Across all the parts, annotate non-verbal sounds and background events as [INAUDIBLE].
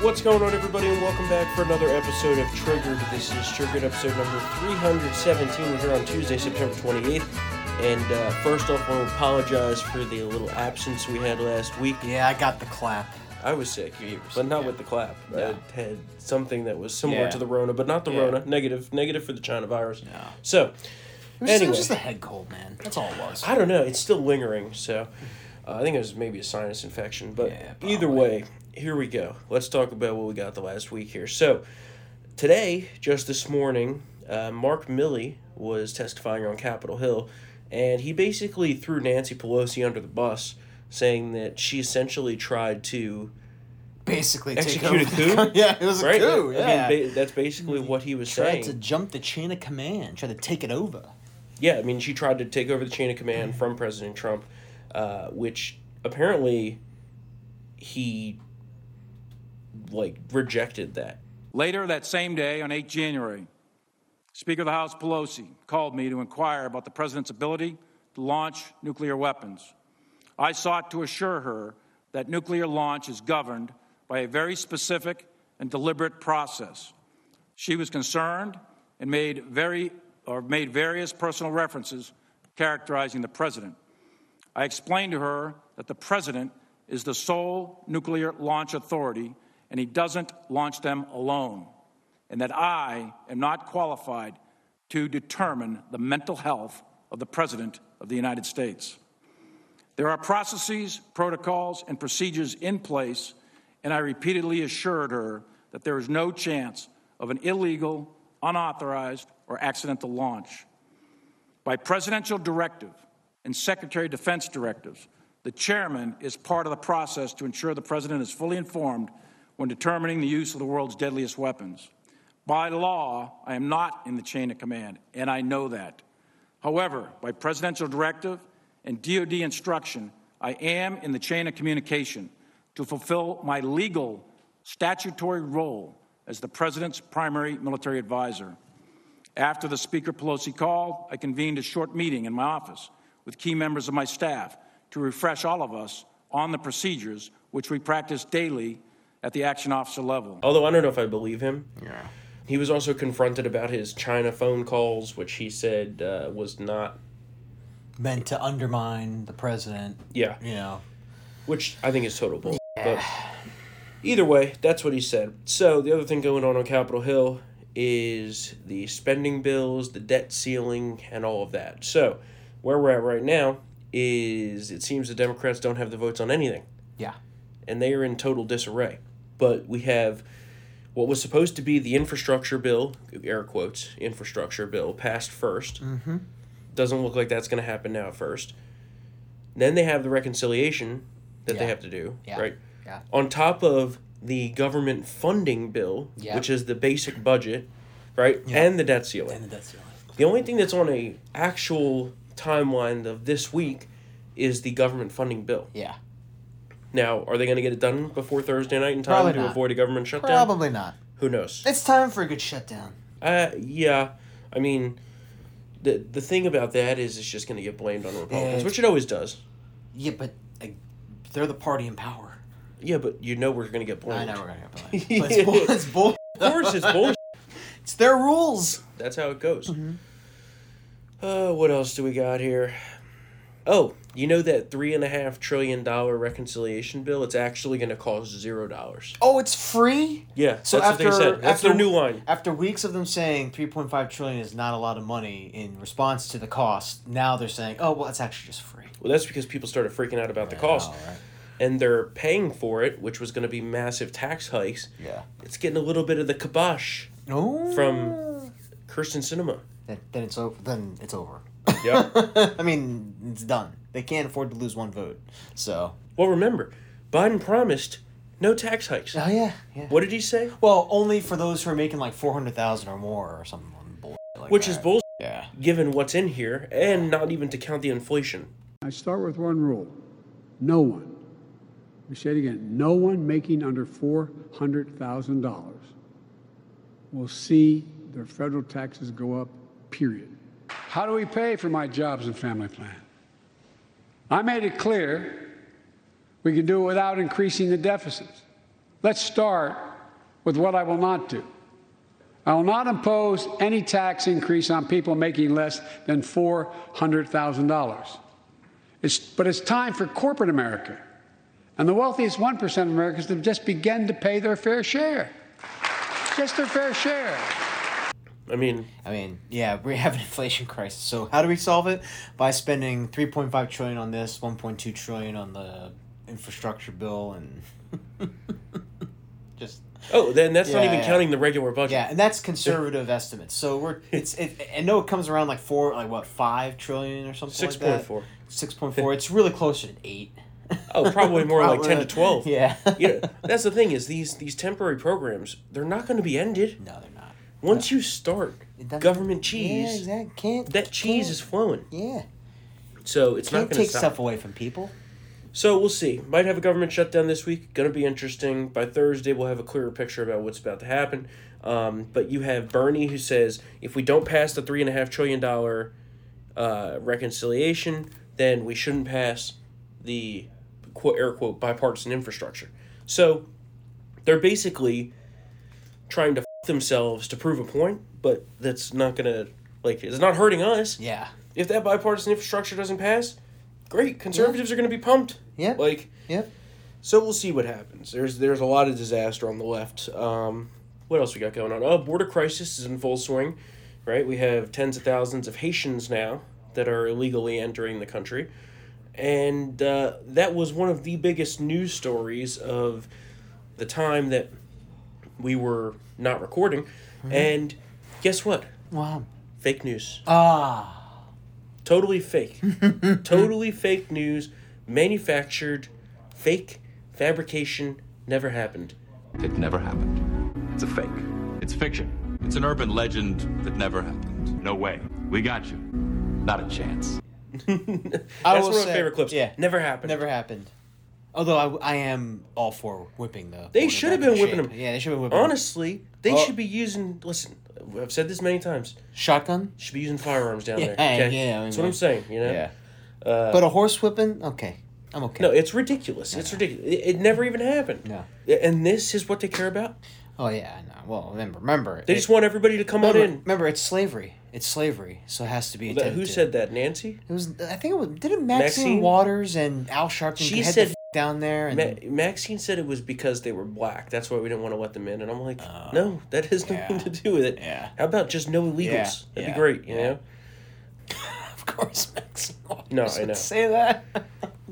What's going on, everybody, and welcome back for another episode of Triggered. This is Triggered episode number 317. We're here on Tuesday, September 28th. And uh, first off, I want to apologize for the little absence we had last week. Yeah, I got the clap. I was sick, You were but sick, not yeah. with the clap. Yeah. I had something that was similar Yeah. to the Rona, but not the Yeah. Rona. Negative, negative for the China virus. Yeah. So, It was, it anyway, was just a head cold, man. That's all it was. I don't know. It's still lingering, so uh, I think it was maybe a sinus infection. But Yeah, either way, here we go. Let's talk about what we got the last week here. So today, just this morning, uh, Mark Milley was testifying on Capitol Hill, and he basically threw Nancy Pelosi under the bus, saying that she essentially tried to Basically, Execute take a over the coup? co- [LAUGHS] yeah, it was a right. coup. Yeah. I mean, ba- that's basically what he was Tried saying. to jump the chain of command, tried to take it over. yeah, I mean, she tried to take over the chain of command from President Trump, uh, which apparently he like rejected that. Later that same day, on 8 January, Speaker of the House Pelosi called me to inquire about the president's ability to launch nuclear weapons. I sought to assure her that nuclear launch is governed by a very specific and deliberate process. She was concerned and made very or made various personal references characterizing the president. I explained to her that the president is the sole nuclear launch authority and he doesn't launch them alone, and that I am not qualified to determine the mental health of the president of the United States. There are processes, protocols, and procedures in place, and I repeatedly assured her that there is no chance of an illegal, unauthorized, or accidental launch. By presidential directive and Secretary of Defense directives, the chairman is part of the process to ensure the president is fully informed when determining the use of the world's deadliest weapons. By law, I am not in the chain of command, and I know that. However, by presidential directive and DoD instruction, I am in the chain of communication to fulfill my legal statutory role as the president's primary military advisor. After the Speaker Pelosi called, I convened a short meeting in my office with key members of my staff to refresh all of us on the procedures which we practice daily at the action officer level. Although I don't know if I believe him. Yeah. He was also confronted about his China phone calls, which he said uh, was not. Meant to undermine the president, Yeah, you know. which I think is total bull. But either way, that's what he said. So the other thing going on on Capitol Hill is the spending bills, the debt ceiling, and all of that. So where we're at right now is it seems the Democrats don't have the votes on anything, Yeah. and they are in total disarray. But we have what was supposed to be the infrastructure bill, air quotes, infrastructure bill passed 1st Mm-hmm. Doesn't look like that's going to happen now at first. Then they have the reconciliation that they Yeah. have to do, Yeah. right? Yeah. on top of the government funding bill, Yeah. which is the basic budget, right, and the debt ceiling. And that's the only. the only thing that's on a actual timeline of this week is the government funding bill. Yeah. Now, are they going to get it done before Thursday night in time Probably to not. avoid a government shutdown? Probably not. Who knows? It's time for a good shutdown. Uh, yeah, I mean, the the thing about that is it's just going to get blamed on the Republicans, it's- which it always does. Yeah, but uh, they're the party in power. Yeah, but you know we're going to get I blamed. know we're gonna get [LAUGHS] blamed. But it's bull. It's bull. Of course, [LAUGHS] it's bullshit. It's their rules. that's how it goes. Mm-hmm. Uh, what else do we got here? Oh, you know that three and a half trillion dollar reconciliation bill? It's actually going to cost zero dollars. Oh, it's free. Yeah, So that's after what they said. That's after their new line. After weeks of them saying 3.5 trillion is not a lot of money in response to the cost, now they're saying, "Oh, well, it's actually just free." Well, that's because people started freaking out about the cost, All right. and they're paying for it, which was going to be massive tax hikes. Yeah. It's getting a little bit of the kibosh No. from Kirsten Cinema. then, then it's over. Then it's over. [LAUGHS] Yep. I mean, it's done. They can't afford to lose one vote. So. [LAUGHS] well, remember, Biden promised no tax hikes. Oh yeah. Yeah. What did he say? Well, only for those who are making like 400,000 or more or something. Bullshit like Which that. is bullshit, Yeah. given what's in here, and not even to count the inflation. I start with one rule no one, let me say it again, no one making under $400,000 will see their federal taxes go up, period. How do we pay for my jobs and family plan? I made it clear we can do it without increasing the deficits. Let's start with what I will not do. I will not impose any tax increase on people making less than $400,000. It's, but it's time for corporate America and the wealthiest 1% of Americans to just begin to pay their fair share. Just their fair share. I mean, I mean, yeah, [LAUGHS] we have an inflation crisis. So how do we solve it? By spending three point five trillion on this, one point two trillion on the infrastructure bill, and [LAUGHS] just oh, then that's not Yeah, even yeah. counting the regular budget. yeah, and that's conservative estimates. So [LAUGHS] we're it's it, I know it comes around like four, like what five trillion or something. Six point four. 6.4. Six point four. It's really closer to eight. Oh, probably more [LAUGHS] like ten to twelve. Yeah. you know, that's the thing is these these temporary programs they're not going to be ended No, they're not. once you start It doesn't- government cheese. Yeah, exactly. Can't That cheese is flowing, yeah. so it's not Can't going take to stop. stuff away from people. So we'll see. Might have a government shutdown this week. Going to be interesting. By Thursday, we'll have a clearer picture about what's about to happen. Um, but you have Bernie who says if we don't pass the three and a half trillion dollar uh, reconciliation, then we shouldn't pass the quote air quote bipartisan infrastructure. So they're basically trying to f- themselves to prove a point, but that's not gonna like it's not hurting us. Yeah. If that bipartisan infrastructure doesn't pass, great. Conservatives are going to be pumped. Yeah. Like Yep. so, we'll see what happens. There's there's a lot of disaster on the left. Um, what else we got going on? Oh, border crisis is in full swing, right? We have tens of thousands of Haitians now that are illegally entering the country, and uh, that was one of the biggest news stories of the time that we were not recording. And guess what? Wow. Fake news Ah. totally [LAUGHS] fake totally fake news manufactured fake fabrication never happened It never happened. It's a fake. It's fiction. It's an urban legend that never happened. No way. We got you. Not a chance. I that's will one of my say- favorite clips Yeah. never happened Never happened. Although I, I am all for whipping the. They should have been quarterback whipping into shape. him. Yeah, they should have been whipping. Honest honestly they Oh. should be using listen i've said this many times shotgun. should be using firearms down there Yeah, okay yeah, I that's mean, what i'm saying you know but a horse whipping, okay, I'm okay. Uh, no it's ridiculous it's ridiculous it, it never even happened No. and this is what they care about oh yeah, no. Well, then remember, they it- just want everybody to come on remember, in remember, it's slavery. It's slavery, so it has to be. That- attended who to. said that nancy It was. I think it was. Didn't Maxine, Maxine? Waters and Al Sharpton She head said- the f- down there? And Ma- Maxine said it was because they were black. That's why we didn't want to let them in. And I'm like, no, that has Oh, yeah. nothing to do with it. Yeah. How about just no illegals? Yeah, That'd yeah, be great, you know? of course, [LAUGHS] Maxine Waters No, I would know. say that.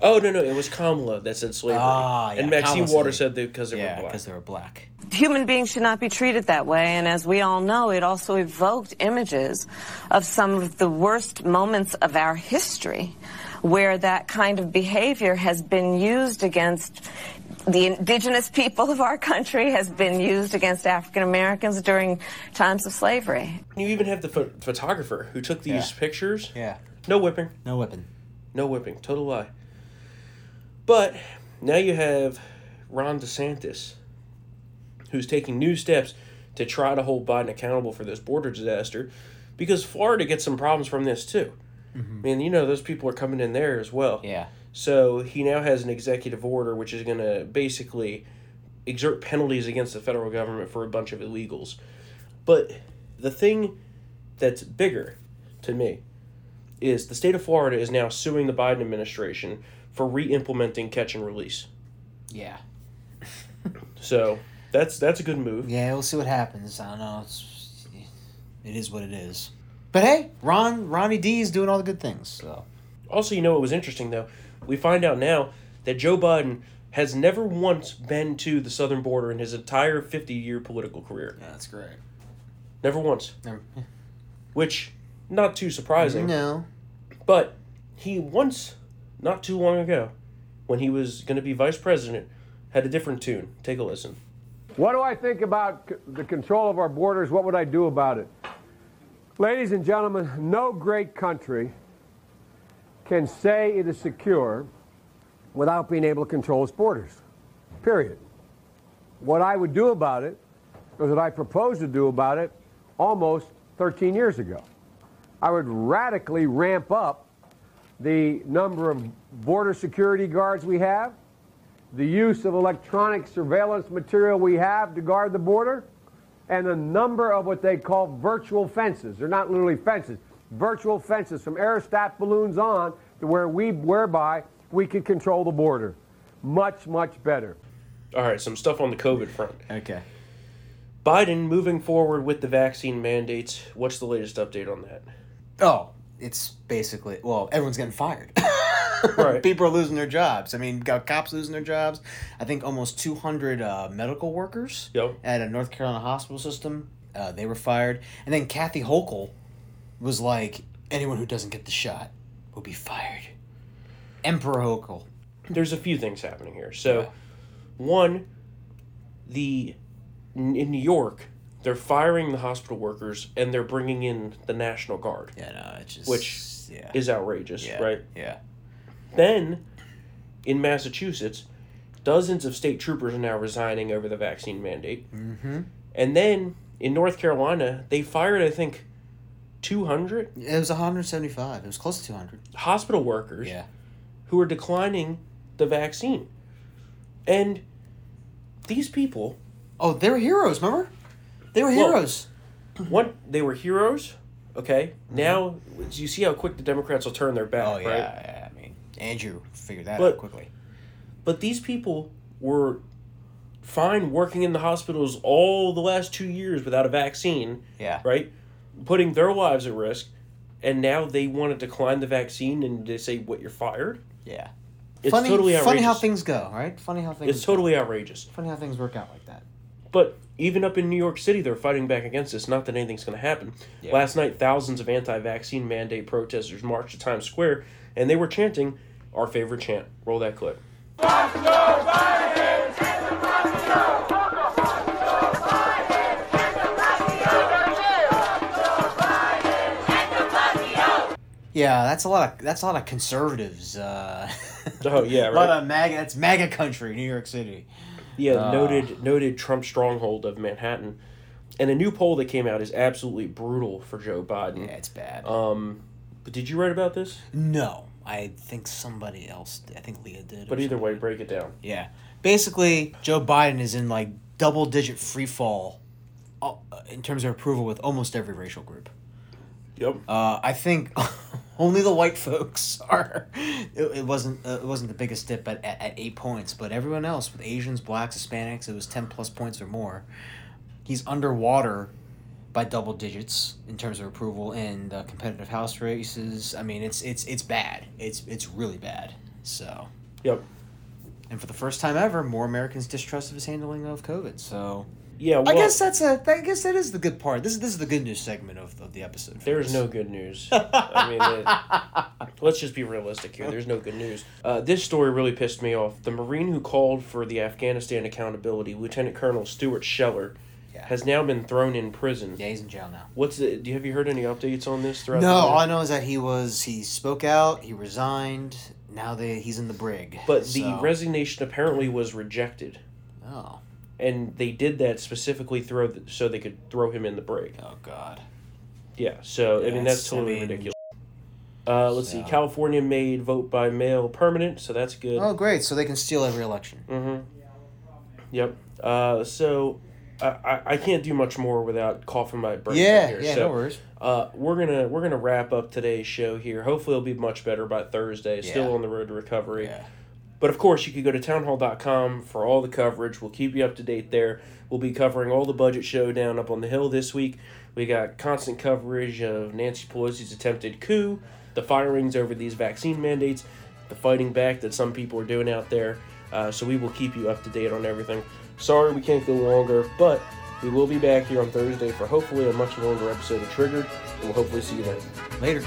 Oh, no, no, it was Kamala that said slavery. Ah, yeah, and Maxine Kamala Waters said said that because they yeah, were black. because they were black. Human beings should not be treated that way, and as we all know, it also evoked images of some of the worst moments of our history where that kind of behavior has been used against the indigenous people of our country, has been used against African Americans during times of slavery. You even have the pho- photographer who took these Yeah. pictures. Yeah, No whipping. no weapon. No whipping. Total lie. But now you have Ron DeSantis, who's taking new steps to try to hold Biden accountable for this border disaster because Florida gets some problems from this too. I mean, you know, those people are coming in there as well. Yeah. So he now has an executive order which is going to basically exert penalties against the federal government for a bunch of illegals. But the thing that's bigger to me is the state of Florida is now suing the Biden administration for re-implementing catch and release. Yeah. So that's that's a good move. Yeah, we'll see what happens. I don't know. It's, it is what it is. But hey, Ron, Ronnie D is doing all the good things. So Also, you know what was interesting though? We find out now that Joe Biden has never once been to the southern border in his entire 50-year political career. that's great. Never once. Which not too surprising. No, But he once, not too long ago, when he was going to be vice president, had a different tune. Take a listen. What do I think about c- the control of our borders? What would I do about it? Ladies and gentlemen, no great country can say it is secure without being able to control its borders. Period. What I would do about it, or that I proposed to do about it almost 13 years ago, I would radically ramp up the number of border security guards we have the use of electronic surveillance material we have to guard the border, and a number of what they call virtual fences. They're not literally fences, virtual fences from aerostat balloons on to where we whereby we can control the border. Much, much better. All right, some stuff on the COVID front. Okay. Biden moving forward with the vaccine mandates. What's the latest update on that? Oh, it's basically well, everyone's getting fired. [LAUGHS] Right. People are losing their jobs. I mean, got cops losing their jobs. I think almost 200 uh, medical workers Yep. at a North Carolina hospital system, uh, they were fired. And then Kathy Hochul was like, anyone who doesn't get the shot will be fired. Emperor Hochul. there's a few things happening here. So, one, the in in New York, they're firing the hospital workers and they're bringing in the National Guard, Yeah, no, it's just which yeah, is outrageous, yeah, right? Yeah, Then, in Massachusetts, dozens of state troopers are now resigning over the vaccine mandate. Mm-hmm. And then in North Carolina, they fired I think two hundred it was 175. It was close to 200. hospital workers. Yeah, who are declining the vaccine. And these people, Oh, they were heroes, remember? They were heroes. Mm-hmm. what they were heroes, okay? Now you see how quick the Democrats will turn their back, oh, yeah, right? yeah. I mean, Andrew figured that But- out quickly. But these people were fine working in the hospitals all the last 2 years without a vaccine, Yeah. right? Putting their lives at risk, and now they want to decline the vaccine and they say what you're fired? Yeah. It's funny, totally outrageous. funny how things go, right? Funny how things. it's totally outrageous. funny how things work out like that. But even up in New York City, they're fighting back against this. Not that anything's going to happen. Last night, thousands of anti vaccine mandate protesters marched to Times Square, and they were chanting our favorite chant. Roll that clip. Yeah, that's a lot. Of, that's a lot of conservatives. Uh, [LAUGHS] Oh, yeah, a lot right. of MAGA. That's MAGA country, New York City. Yeah, Uh. noted, noted Trump stronghold of Manhattan. And a new poll that came out is absolutely brutal for Joe Biden. Yeah, it's bad. Um, But did you write about this? no, I think somebody else. did. I think Leah did. or But either way, break it down. Yeah. Basically, Joe Biden is in like double digit free fall uh, in terms of approval with almost every racial group. Yep. Uh, I think [LAUGHS] only the white folks are. It, it wasn't uh, it wasn't the biggest dip at, at, at eight points, but everyone else with Asians, blacks, Hispanics, it was ten plus points or more. He's underwater by double digits in terms of approval and uh, competitive house races. I mean, it's it's it's bad. It's it's really bad. So Yep. and for the first time ever, more Americans distrust of his handling of COVID. So Yeah, well, I guess that's a I guess that is the good part. This is this is the good news segment of, of the episode. for There's us. no good [LAUGHS] news. I mean, it- let's just be realistic here. There's no good news. Uh, this story really pissed me off. The Marine who called for the Afghanistan accountability, Lieutenant Colonel Stuart Scheller, Yeah. has now been thrown in prison. Yeah, he's in jail now. What's the, do you, have you heard any updates on this throughout? No, the all I year? know is that he was he spoke out, he resigned. Now they he's in the brig. But the so- resignation apparently was rejected, oh and they did that specifically throw the, so they could throw him in the break. oh god Yeah, so I mean that's That's- I totally mean, ridiculous. Uh, let's see. so- California made vote by mail permanent, so that's good. oh great so they can steal every election. Mm-hmm. Yep. Uh, so I, I, I can't do much more without coughing my brains out yeah here. yeah so, no worries. Uh, we're gonna we're gonna wrap up today's show here. Hopefully, it'll be much better by Thursday. Still Yeah. on the road to recovery. Yeah. But of course, you can go to townhall.com for all the coverage. We'll keep you up to date there. We'll be covering all the budget showdown up on the Hill this week. We got constant coverage of Nancy Pelosi's attempted coup, the firings over these vaccine mandates, the fighting back that some people are doing out there. Uh, so we will keep you up to date on everything. Sorry we can't go longer, but we will be back here on Thursday for hopefully a much longer episode of Triggered, and we'll hopefully see you then. Later.